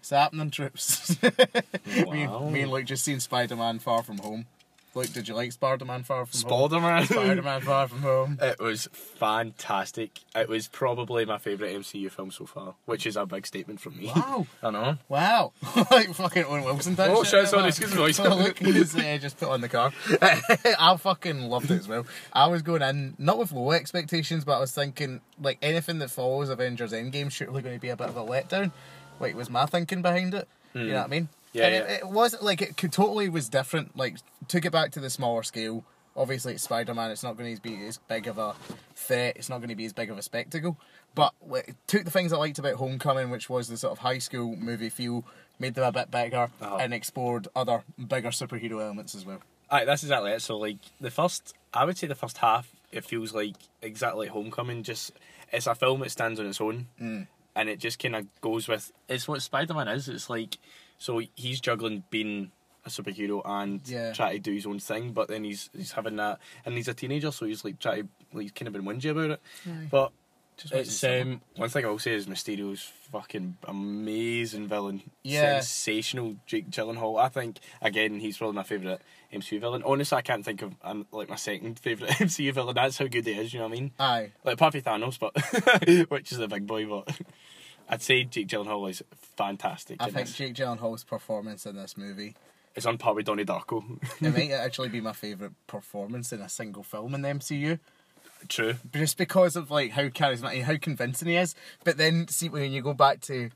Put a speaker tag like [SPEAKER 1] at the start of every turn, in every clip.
[SPEAKER 1] It's happening, troops. me,
[SPEAKER 2] Wow.
[SPEAKER 1] and- me and Luke just seen Spider Man Far From Home. Luke, did you like Spider Man Far From Home?
[SPEAKER 2] Spider Man.
[SPEAKER 1] Spider Man Far From Home.
[SPEAKER 2] Oh, It was fantastic. It was probably my favourite MCU film so far, which is a big statement from me.
[SPEAKER 1] Wow.
[SPEAKER 2] I know.
[SPEAKER 1] Wow. like fucking Owen Wilson type
[SPEAKER 2] Oh,
[SPEAKER 1] shit
[SPEAKER 2] shit,
[SPEAKER 1] there,
[SPEAKER 2] sorry,
[SPEAKER 1] man.
[SPEAKER 2] excuse me, boys.
[SPEAKER 1] So Luke, he's uh, just put on the car. I fucking loved it as well. I was going in, not with low expectations, but I was thinking, like, anything that follows Avengers Endgame surely going to be a bit of a letdown. Like, was my thinking behind it. You know what I mean?
[SPEAKER 2] Hmm. Yeah,
[SPEAKER 1] And
[SPEAKER 2] yeah.
[SPEAKER 1] It, it wasn't, like, it could, totally was different. Like, took it back to the smaller scale. Obviously, it's Spider Man, it's not going to be as big of a threat, it's not going to be as big of a spectacle. But like, it took the things I liked about Homecoming, which was the sort of high school movie feel, made them a bit bigger,
[SPEAKER 2] Uh-huh.
[SPEAKER 1] and explored other bigger superhero elements as well.
[SPEAKER 2] Aye, that's exactly it. So like the first, I would say the first half, it feels like exactly Homecoming. Just it's a film that stands on its own,
[SPEAKER 1] Mm.
[SPEAKER 2] and it just kind of goes with. It's what Spider Man is. It's like so he's juggling being a superhero and
[SPEAKER 1] Yeah.
[SPEAKER 2] trying to do his own thing, but then he's he's having that, and he's a teenager, so he's like trying to like, he's kind of been whingy about it. But
[SPEAKER 1] Just wait and
[SPEAKER 2] it's
[SPEAKER 1] see.
[SPEAKER 2] um, one thing I will say is Mysterio's fucking amazing villain.
[SPEAKER 1] Yeah.
[SPEAKER 2] Sensational Jake Gyllenhaal. I think again he's probably my favourite MCU villain. Honestly, I can't think of um, like my second favourite MCU villain. That's how good he is. You know what I mean?
[SPEAKER 1] Aye.
[SPEAKER 2] Like apart from Thanos, but which is the big boy. But I'd say Jake Gyllenhaal is fantastic.
[SPEAKER 1] I
[SPEAKER 2] in
[SPEAKER 1] think
[SPEAKER 2] this.
[SPEAKER 1] Jake Gyllenhaal's performance in this movie
[SPEAKER 2] it's on par with Donnie Darko.
[SPEAKER 1] it might actually be my favourite performance in a single film in the MCU.
[SPEAKER 2] True.
[SPEAKER 1] just because of like how charismatic, how convincing he is. But then see when you go back to,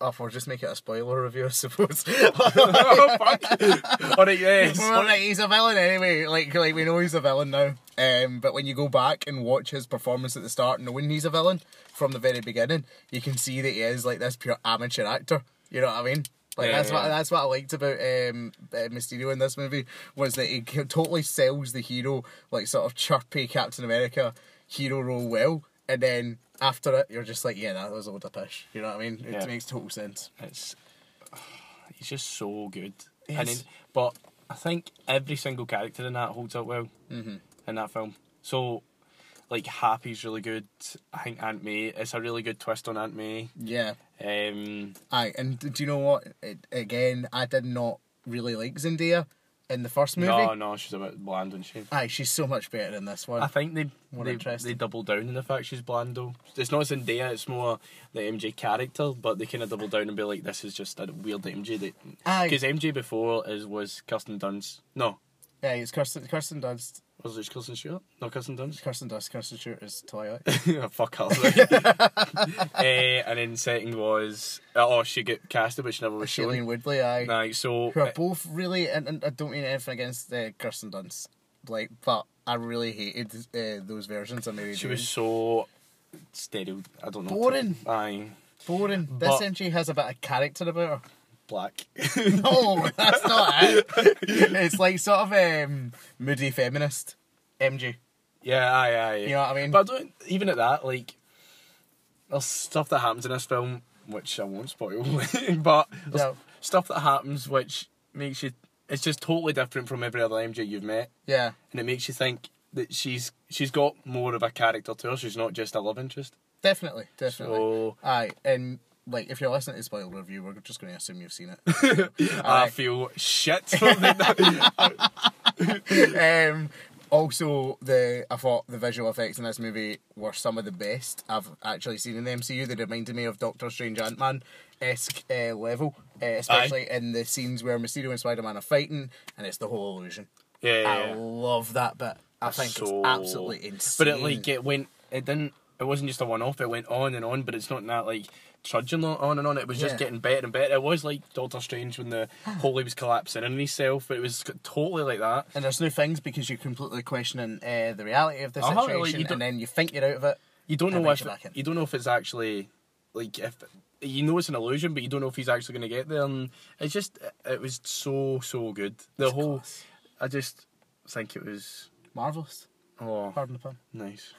[SPEAKER 1] oh, we'll just make it a spoiler review, I suppose.
[SPEAKER 2] oh fuck! All right, yes.
[SPEAKER 1] Well, like, he's a villain anyway. Like, like we know he's a villain now. Um, but when you go back and watch his performance at the start, knowing he's a villain from the very beginning, you can see that he is like this pure amateur actor. You know what I mean? Like
[SPEAKER 2] Yeah,
[SPEAKER 1] that's what
[SPEAKER 2] yeah.
[SPEAKER 1] that's what I liked about um, uh, Mysterio in this movie was that he c- totally sells the hero like sort of chirpy Captain America hero role well, and then after it, you're just like, yeah, that was a load of pish. You know what I mean? It
[SPEAKER 2] Yeah.
[SPEAKER 1] makes total sense.
[SPEAKER 2] It's he's just so good.
[SPEAKER 1] He
[SPEAKER 2] And
[SPEAKER 1] is.
[SPEAKER 2] then- but I think every single character in that holds up well
[SPEAKER 1] Mm-hmm.
[SPEAKER 2] in that film. So like Happy's really good. I think Aunt May. It's a really good twist on Aunt May.
[SPEAKER 1] Yeah.
[SPEAKER 2] Um,
[SPEAKER 1] Aye, and d- do you know what? It, again, I did not really like Zendaya in the first movie.
[SPEAKER 2] no, no, she's a bit bland and she.
[SPEAKER 1] Aye, she's so much better in this one.
[SPEAKER 2] I think they
[SPEAKER 1] More
[SPEAKER 2] they,
[SPEAKER 1] interesting.
[SPEAKER 2] they double down on the fact she's bland though. It's not Zendaya. It's more the MJ character, but they kind of double down and be like, "This is just a weird MJ." That
[SPEAKER 1] Aye.
[SPEAKER 2] because MJ before is was Kirsten Dunst. No,
[SPEAKER 1] yeah, it's Kirsten, Kirsten Dunst.
[SPEAKER 2] was it Kirsten Stewart? No, Kirsten Dunst.
[SPEAKER 1] Kirsten Dunst, Kirsten Stewart is Twilight.
[SPEAKER 2] Yeah, Oh, fuck her. Eh, and then second was oh she got casted but she never was
[SPEAKER 1] Shailene
[SPEAKER 2] shown.
[SPEAKER 1] Woodley, aye.
[SPEAKER 2] Aye, so
[SPEAKER 1] Who are
[SPEAKER 2] eh,
[SPEAKER 1] both really, and, and I don't mean anything against uh, Kirsten Dunst, like, but I really hated uh, those versions of Mary
[SPEAKER 2] she
[SPEAKER 1] Jane.
[SPEAKER 2] was so stereo. I don't know.
[SPEAKER 1] Boring.
[SPEAKER 2] Aye,
[SPEAKER 1] boring.
[SPEAKER 2] but-
[SPEAKER 1] This MG has a bit of character about her.
[SPEAKER 2] black.
[SPEAKER 1] No, that's not it. it's like sort of um, moody feminist MG.
[SPEAKER 2] yeah, aye, aye.
[SPEAKER 1] You know what I mean?
[SPEAKER 2] But I don't, even at that, like there's stuff that happens in this film which I won't spoil, but there's
[SPEAKER 1] No.
[SPEAKER 2] stuff that happens which makes you. It's just totally different from every other MJ you've met.
[SPEAKER 1] Yeah.
[SPEAKER 2] and it makes you think that she's she's got more of a character to her. She's not just a love interest.
[SPEAKER 1] Definitely, definitely.
[SPEAKER 2] So-
[SPEAKER 1] Aye, and like if you're listening to spoiler review, we're just going to assume you've seen
[SPEAKER 2] I feel shit from the
[SPEAKER 1] it. um, also, the I thought the visual effects in this movie were some of the best I've actually seen in the MCU. They reminded me of Doctor Strange, Ant Man esque uh, level, uh, especially in the scenes where Mysterio and Spider Man are fighting, and it's the whole illusion.
[SPEAKER 2] Yeah, yeah,
[SPEAKER 1] I
[SPEAKER 2] yeah.
[SPEAKER 1] love that bit. I think
[SPEAKER 2] So-
[SPEAKER 1] it's absolutely insane.
[SPEAKER 2] But it like it went. It didn't. It wasn't just a one off. It went on and on. But it's not that like trudging on- on and on. It was just
[SPEAKER 1] Yeah.
[SPEAKER 2] getting better and better. It was like Doctor Strange when the Holy was collapsing in on himself. It was totally like that.
[SPEAKER 1] and there's new things because you're completely questioning uh, the reality of the
[SPEAKER 2] Uh-huh, like,
[SPEAKER 1] situation,
[SPEAKER 2] you don't-
[SPEAKER 1] and then you think you're out of it.
[SPEAKER 2] You don't
[SPEAKER 1] That
[SPEAKER 2] know
[SPEAKER 1] brings
[SPEAKER 2] if
[SPEAKER 1] you back in.
[SPEAKER 2] you don't know if it's actually like if you know it's an illusion, but you don't know if he's actually going to get there. And it's just it was so so good. The whole I just think it was
[SPEAKER 1] Marvelous.
[SPEAKER 2] oh
[SPEAKER 1] Pardon the pun.
[SPEAKER 2] nice.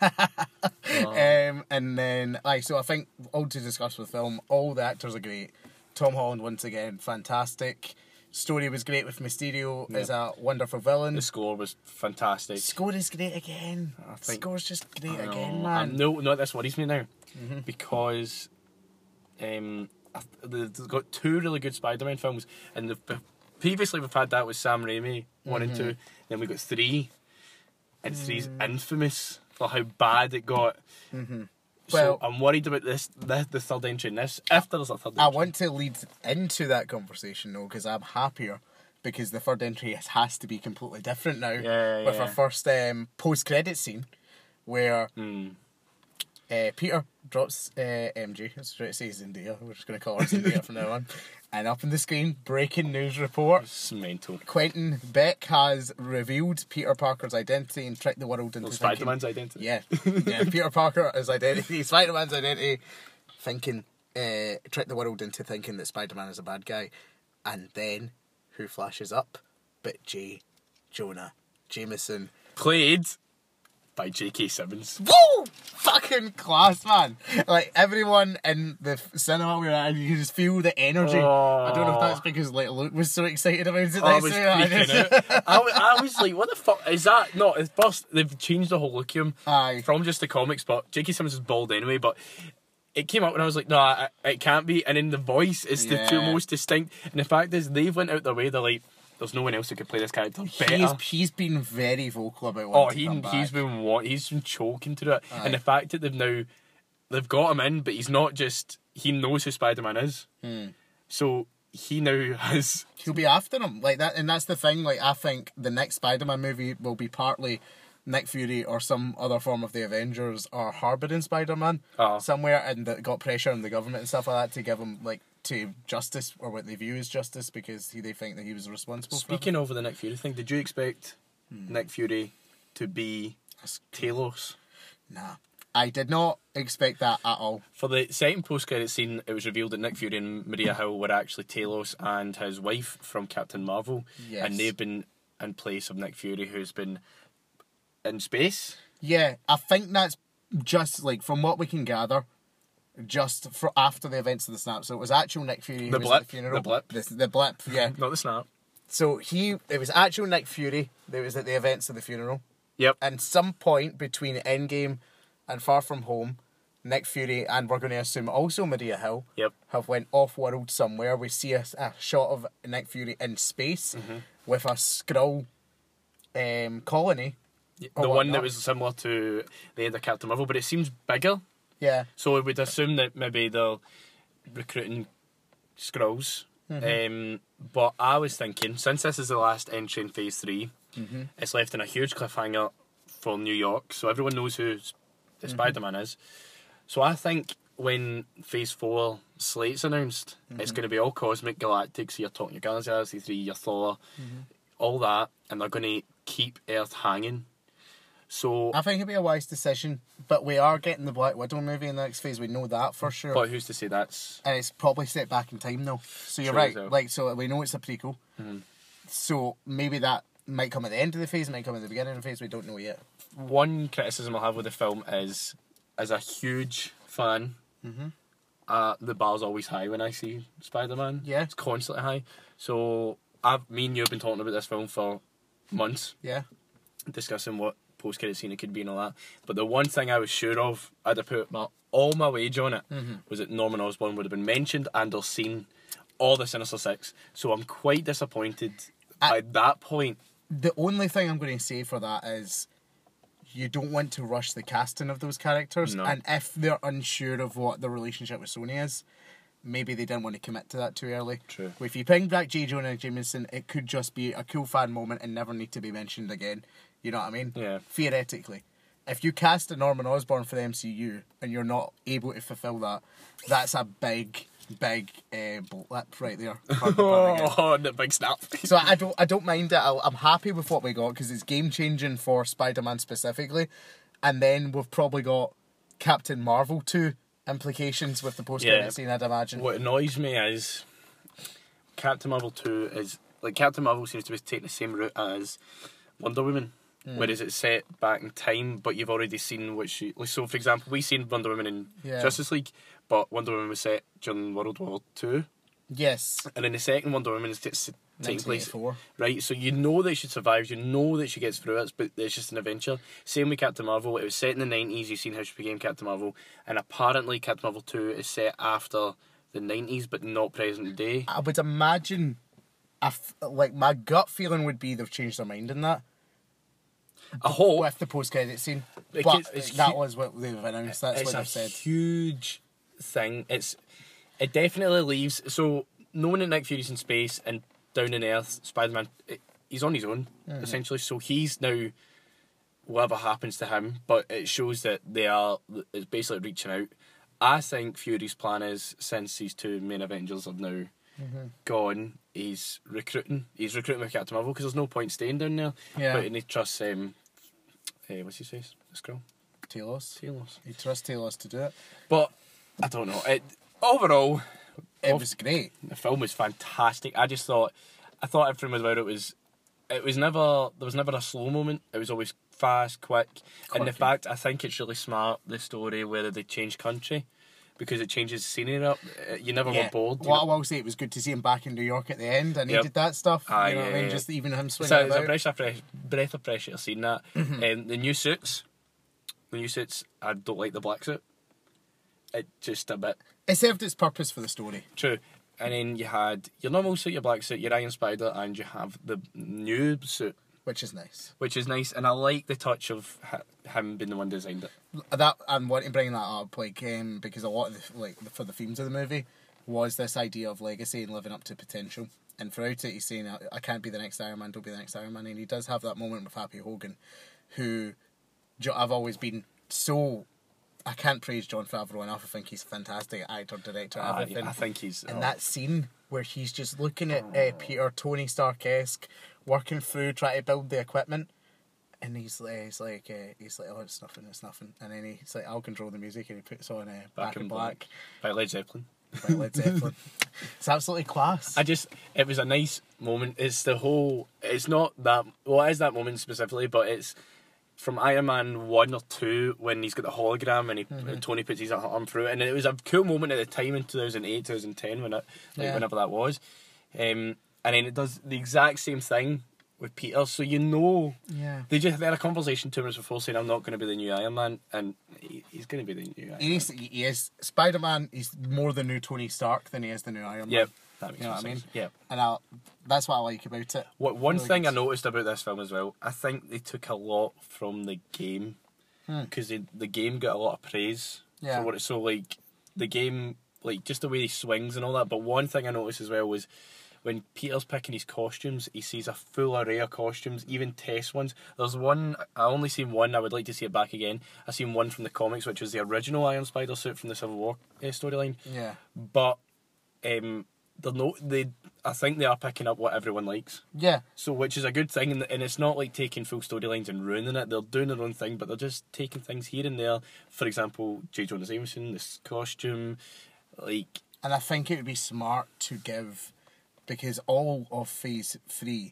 [SPEAKER 1] Um, and then, like, so I think all to discuss with film, all the actors are great. Tom Holland once again, fantastic. Story was great with Mysterio as a wonderful villain.
[SPEAKER 2] the score was fantastic.
[SPEAKER 1] Score is great again.
[SPEAKER 2] think-
[SPEAKER 1] Score's just great
[SPEAKER 2] No,
[SPEAKER 1] again, Mm-hmm.
[SPEAKER 2] um,
[SPEAKER 1] man.
[SPEAKER 2] no, no, this worries me now because um, I- they've got two really good Spider-Man films, and the previously we've had that with Sam Raimi one and
[SPEAKER 1] Mm-hmm.
[SPEAKER 2] two, then we got three, and three's
[SPEAKER 1] Mm.
[SPEAKER 2] infamous for how bad it got.
[SPEAKER 1] Mm-hmm. Well-
[SPEAKER 2] so I'm worried about this, this the third entry in this. If there's a third,
[SPEAKER 1] I
[SPEAKER 2] entry.
[SPEAKER 1] want to lead into that conversation though, because I'm happier because the third entry has- has to be completely different now.
[SPEAKER 2] Yeah,
[SPEAKER 1] with our
[SPEAKER 2] yeah.
[SPEAKER 1] first um, post-credit scene, where
[SPEAKER 2] Hmm.
[SPEAKER 1] uh, Peter drops uh, MG. I was trying to say Zendaya. We're just going to call her Zendaya from now on. And up on the screen, breaking news report.
[SPEAKER 2] it's mental.
[SPEAKER 1] Quentin Beck has revealed Peter Parker's identity and tricked the world into thinking-
[SPEAKER 2] Spider-Man's identity.
[SPEAKER 1] yeah, yeah. Peter Parker is identity, Spider Man's identity, thinking, uh, tricked the world into thinking that Spider Man is a bad guy, and then who flashes up? But J. Jonah Jameson.
[SPEAKER 2] played by J.K. Simmons.
[SPEAKER 1] Woo! Fucking class, man! Like everyone in the f- cinema we were at, you could just feel the energy. I don't know if that's because like Luke was so excited about it.
[SPEAKER 2] Oh. I
[SPEAKER 1] next
[SPEAKER 2] was
[SPEAKER 1] year, I
[SPEAKER 2] freaking
[SPEAKER 1] just-
[SPEAKER 2] out. I, wa- I was like, what the fuck is that? No, it's first they've changed the whole look of him
[SPEAKER 1] Aye.
[SPEAKER 2] from just the comics, but J.K. Simmons is bald anyway, but it came out and I was like, no, I- it can't be. And in the voice, it's the two
[SPEAKER 1] Yeah.
[SPEAKER 2] most distinct. And the fact is, they've went out their way. They're like, there's no one else who could play this character better.
[SPEAKER 1] He's, he's been very vocal about
[SPEAKER 2] oh,
[SPEAKER 1] wanting
[SPEAKER 2] he
[SPEAKER 1] to come back.
[SPEAKER 2] he's been what he's been choking to do it. And the fact that they've now they've got him in, but he's not just he knows who Spider Man is.
[SPEAKER 1] Hmm.
[SPEAKER 2] So he now has
[SPEAKER 1] he'll be after him like that and that's the thing like i think the next spider-man movie will be partly nick fury or some other form of the avengers or harbouring spider-man
[SPEAKER 2] Uh-huh.
[SPEAKER 1] somewhere and that got pressure on the government and stuff like that to give him like to justice or what they view as justice because he, they think that he was responsible for
[SPEAKER 2] Speaking over the Nick Fury thing, did you expect Nick Fury to be
[SPEAKER 1] Hmm. That's-
[SPEAKER 2] Talos?
[SPEAKER 1] it. nah i did not expect that at all
[SPEAKER 2] For the second post credit scene, it was revealed that Nick Fury and Maria Hill were actually Talos and his wife from Captain Marvel.
[SPEAKER 1] Yes.
[SPEAKER 2] And they've been in place of Nick Fury, who's been in space.
[SPEAKER 1] Yeah, I think that's just like from what we can gather, just for after the events of the snap. So it was actual Nick Fury. who
[SPEAKER 2] The
[SPEAKER 1] was
[SPEAKER 2] blip,
[SPEAKER 1] At the funeral.
[SPEAKER 2] the blip.
[SPEAKER 1] The, the blip. Yeah.
[SPEAKER 2] Not the snap.
[SPEAKER 1] so he, it was actual Nick Fury that was at the events of the funeral.
[SPEAKER 2] Yep.
[SPEAKER 1] And some point between Endgame and Far From Home, Nick Fury and we're going to assume also Maria Hill
[SPEAKER 2] Yep.
[SPEAKER 1] have went off world somewhere. We see a, a shot of Nick Fury in space with a Skrull um, colony.
[SPEAKER 2] the
[SPEAKER 1] or
[SPEAKER 2] one that
[SPEAKER 1] whatnot.
[SPEAKER 2] was similar to the end of Captain Marvel, but it seems bigger.
[SPEAKER 1] Yeah.
[SPEAKER 2] So we would assume that maybe they're recruiting Skrulls. Um, but I was thinking, since this is the last entry in Phase 3, it's left in a huge cliffhanger for New York, so everyone knows who S- the Spider Man is. So I think when Phase 4 slate's announced, it's going to be all cosmic galactics. So you're talking your Galaxy 3, your Thor, all that, and they're going to keep Earth hanging. So,
[SPEAKER 1] I think it'd be a wise decision, but we are getting the Black Widow movie in the next phase. We know that for sure,
[SPEAKER 2] but who's to say that's
[SPEAKER 1] and it's probably set back in time though. So you're
[SPEAKER 2] True
[SPEAKER 1] right.
[SPEAKER 2] though.
[SPEAKER 1] Like so, we know it's a prequel. So maybe that might come at the end of the phase, might come at the beginning of the phase. We don't know yet.
[SPEAKER 2] one criticism I have with the film is, as a huge fan,
[SPEAKER 1] Mm-hmm.
[SPEAKER 2] uh, the bar's always high when I see Spider Man.
[SPEAKER 1] Yeah.
[SPEAKER 2] it's constantly high. So I've, me and you have been talking about this film for months,
[SPEAKER 1] Yeah.
[SPEAKER 2] discussing what post credit scene it could be and all that. But the one thing I was sure of, I'd have put my, all my wage on it,
[SPEAKER 1] Mm-hmm.
[SPEAKER 2] was that Norman Osborn would have been mentioned and or seen, or the Sinister Six. So I'm quite disappointed
[SPEAKER 1] I-
[SPEAKER 2] by that point.
[SPEAKER 1] The only thing I'm going to say for that is, you don't want to rush the casting of those characters,
[SPEAKER 2] No.
[SPEAKER 1] and if they're unsure of what the relationship with Sony is. Maybe they didn't want to commit to that too early.
[SPEAKER 2] True.
[SPEAKER 1] If you ping back J. Jonah Jameson, it could just be a cool fan moment and never need to be mentioned again. You know what I mean?
[SPEAKER 2] Yeah.
[SPEAKER 1] Theoretically. If you cast a Norman Osborn for the MCU and you're not able to fulfill that, that's a big, big uh, blip right there. Pardon the pun again.
[SPEAKER 2] Oh, the big snap.
[SPEAKER 1] So I don't, I don't mind it. I, I'm happy with what we got because it's game changing for Spider Man specifically, and then we've probably got Captain Marvel two implications with the post credit
[SPEAKER 2] Yeah.
[SPEAKER 1] scene. I'd imagine.
[SPEAKER 2] What annoys me is Captain Marvel 2 is like Captain Marvel seems to be taking the same route as Wonder Woman. Whereas it's set back in time, but you've already seen what she. Like, so, for example, we seen Wonder Woman in
[SPEAKER 1] Yeah.
[SPEAKER 2] Justice League, but Wonder Woman was set during World War Two,
[SPEAKER 1] Yes.
[SPEAKER 2] and then the second Wonder Woman is t- s- taking place
[SPEAKER 1] 1984.
[SPEAKER 2] right. So you know that she survives, you know that she gets through it, but it's just an adventure. Same with Captain Marvel. It was set in the nineties. You've seen how she became Captain Marvel, and apparently Captain Marvel Two is set after the nineties, but not present day.
[SPEAKER 1] I would imagine, I f- like my gut feeling would be they've changed their mind in that
[SPEAKER 2] I hope
[SPEAKER 1] with the post credit scene.
[SPEAKER 2] It
[SPEAKER 1] But
[SPEAKER 2] gets- it's
[SPEAKER 1] that
[SPEAKER 2] hu-
[SPEAKER 1] was what they've announced. That's
[SPEAKER 2] it's
[SPEAKER 1] what
[SPEAKER 2] a
[SPEAKER 1] they've said.
[SPEAKER 2] huge thing. It's it definitely leaves. So knowing that Nick Fury's in space and down in Earth, Spider Man, he's on his own essentially. So he's now whatever happens to him, but it shows that they are it's basically reaching out. I think Fury's plan is since these two main Avengers are now
[SPEAKER 1] Mm-hmm.
[SPEAKER 2] gone, he's recruiting. He's recruiting with Captain Marvel because there's no point staying down there.
[SPEAKER 1] Yeah.
[SPEAKER 2] But he trusts um, eh, what's his face? This girl,
[SPEAKER 1] Talos.
[SPEAKER 2] Talos.
[SPEAKER 1] You trust Talos to do it.
[SPEAKER 2] But I don't know. It overall,
[SPEAKER 1] It
[SPEAKER 2] Of-
[SPEAKER 1] was great.
[SPEAKER 2] the film was fantastic. I just thought, I thought everything about it was, it was never there was never a slow moment. It was always fast, quick, and the
[SPEAKER 1] Quirky.
[SPEAKER 2] fact I think it's really smart the story whether they change country, because it changes the scenery up. Uh, You never
[SPEAKER 1] Yeah.
[SPEAKER 2] were bored. you
[SPEAKER 1] What I
[SPEAKER 2] know.
[SPEAKER 1] will say, it was good to see him back in New York at the end. I needed that stuff.
[SPEAKER 2] Aye,
[SPEAKER 1] you know what
[SPEAKER 2] yeah,
[SPEAKER 1] I mean?
[SPEAKER 2] yeah.
[SPEAKER 1] Just even him swinging
[SPEAKER 2] So it's a
[SPEAKER 1] about. Mm-hmm.
[SPEAKER 2] breath of fresh, breath of fresh air seeing that. Um, the new suits, the new suits. I don't like the black suit. It just a bit.
[SPEAKER 1] It served its purpose for the story.
[SPEAKER 2] True. And then you had your normal suit, your black suit, your Iron Spider, and you have the new suit,
[SPEAKER 1] which is nice.
[SPEAKER 2] which is nice. And I like the touch of h- him being the one designed it.
[SPEAKER 1] That I'm wanting to bring that up, like, um, because a lot of the, like for the themes of the movie was this idea of legacy and living up to potential. And throughout it, he's saying, "I, I can't be the next Iron Man. Don't be the next Iron Man." And he does have that moment with Happy Hogan, who jo- I've always been so. I can't praise John Favreau enough. I think he's a fantastic actor, director,
[SPEAKER 2] I,
[SPEAKER 1] everything.
[SPEAKER 2] I think he's.
[SPEAKER 1] and
[SPEAKER 2] oh,
[SPEAKER 1] that scene where he's just looking at uh, Peter Tony Stark esque, working through trying to build the equipment, and he's like, he's like, uh, he's like, oh, it's nothing, it's nothing, and then he's like, I'll control the music, and he puts on uh, Back, in Black,
[SPEAKER 2] by Led Zeppelin.
[SPEAKER 1] by Led Zeppelin. It's absolutely class.
[SPEAKER 2] I just, it was a nice moment. It's the whole, it's not that, well, it is that moment specifically, but it's from Iron Man 1 or 2 when he's got the hologram and he,
[SPEAKER 1] Mm-hmm.
[SPEAKER 2] Tony puts his arm through it. And it was a cool moment at the time in 2008, 2010, when it, like,
[SPEAKER 1] Yeah.
[SPEAKER 2] whenever that was. Um, and then it does the exact same thing with Peter. So you know,
[SPEAKER 1] yeah.
[SPEAKER 2] they just they had a conversation two minutes before saying, I'm not going to be the new Iron Man. And he, he's going to be the new Iron
[SPEAKER 1] He
[SPEAKER 2] Man.
[SPEAKER 1] is, he is Spider Man. He's more the new Tony Stark than he is the new Iron Man.
[SPEAKER 2] Yeah, that makes
[SPEAKER 1] You know
[SPEAKER 2] more
[SPEAKER 1] what I mean?
[SPEAKER 2] sense. Yeah.
[SPEAKER 1] and I, that's what I like about it.
[SPEAKER 2] What one
[SPEAKER 1] Really
[SPEAKER 2] thing
[SPEAKER 1] good.
[SPEAKER 2] I noticed about this film as well, I think they took a lot from the game because the game got a lot of praise
[SPEAKER 1] Hmm. Yeah.
[SPEAKER 2] for what it's so like. The game, like just the way he swings and all that. But one thing I noticed as well was when Peter's picking his costumes, he sees a full array of costumes, even test ones. There's one I only seen one. I would like to see it back again. I seen one from the comics, which was the original Iron Spider suit from the Civil War uh, storyline
[SPEAKER 1] Yeah,
[SPEAKER 2] but um, they're no they. I think they are picking up what everyone likes.
[SPEAKER 1] yeah.
[SPEAKER 2] So, which is a good thing, and, and it's not like taking full storylines and ruining it. They're doing their own thing, but they're just taking things here and there. For example, J. Jonah Jameson, this costume, like
[SPEAKER 1] And I think it would be smart to give because all of phase three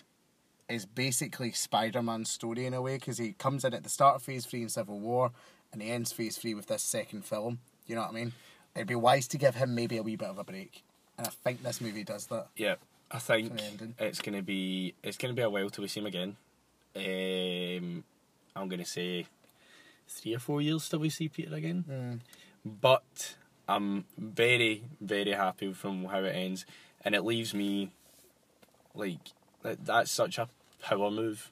[SPEAKER 1] is basically Spider Man's story in a way because he comes in at the start of phase three in Civil War and he ends phase three with this second film. You know what I mean? It'd be wise to give him maybe a wee bit of a break. And I think this movie does that.
[SPEAKER 2] yeah, I think
[SPEAKER 1] the ending.
[SPEAKER 2] it's gonna be it's gonna be a while till we see him again. Um, I'm gonna say three or four years till we see Peter again. But I'm very, very happy from how it ends, and it leaves me like that, that's such a power move.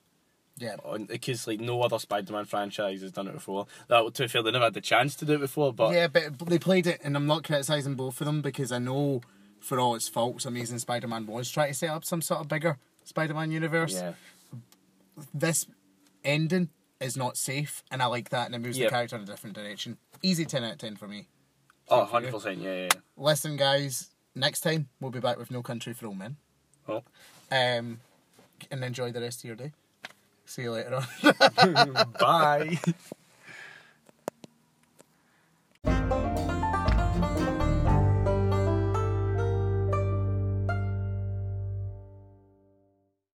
[SPEAKER 1] Yeah.
[SPEAKER 2] On because like no other Spider-Man franchise has done it before. That to be fair, they never had the chance to do it before. But
[SPEAKER 1] Yeah, but they played it, and I'm not criticising both of them because I know, for all its faults, Amazing Spider Man was trying to set up some sort of bigger Spider Man universe.
[SPEAKER 2] yeah,
[SPEAKER 1] this ending is not safe, and I like that, and it moves
[SPEAKER 2] Yep.
[SPEAKER 1] the character in a different direction. Easy 10 out of 10 for me.
[SPEAKER 2] oh, 100 percent, yeah, yeah. yeah.
[SPEAKER 1] Listen, guys, next time we'll be back with No Country for Old Men.
[SPEAKER 2] Oh.
[SPEAKER 1] Um, and enjoy the rest of your day. See you later on.
[SPEAKER 2] Oh, Bye.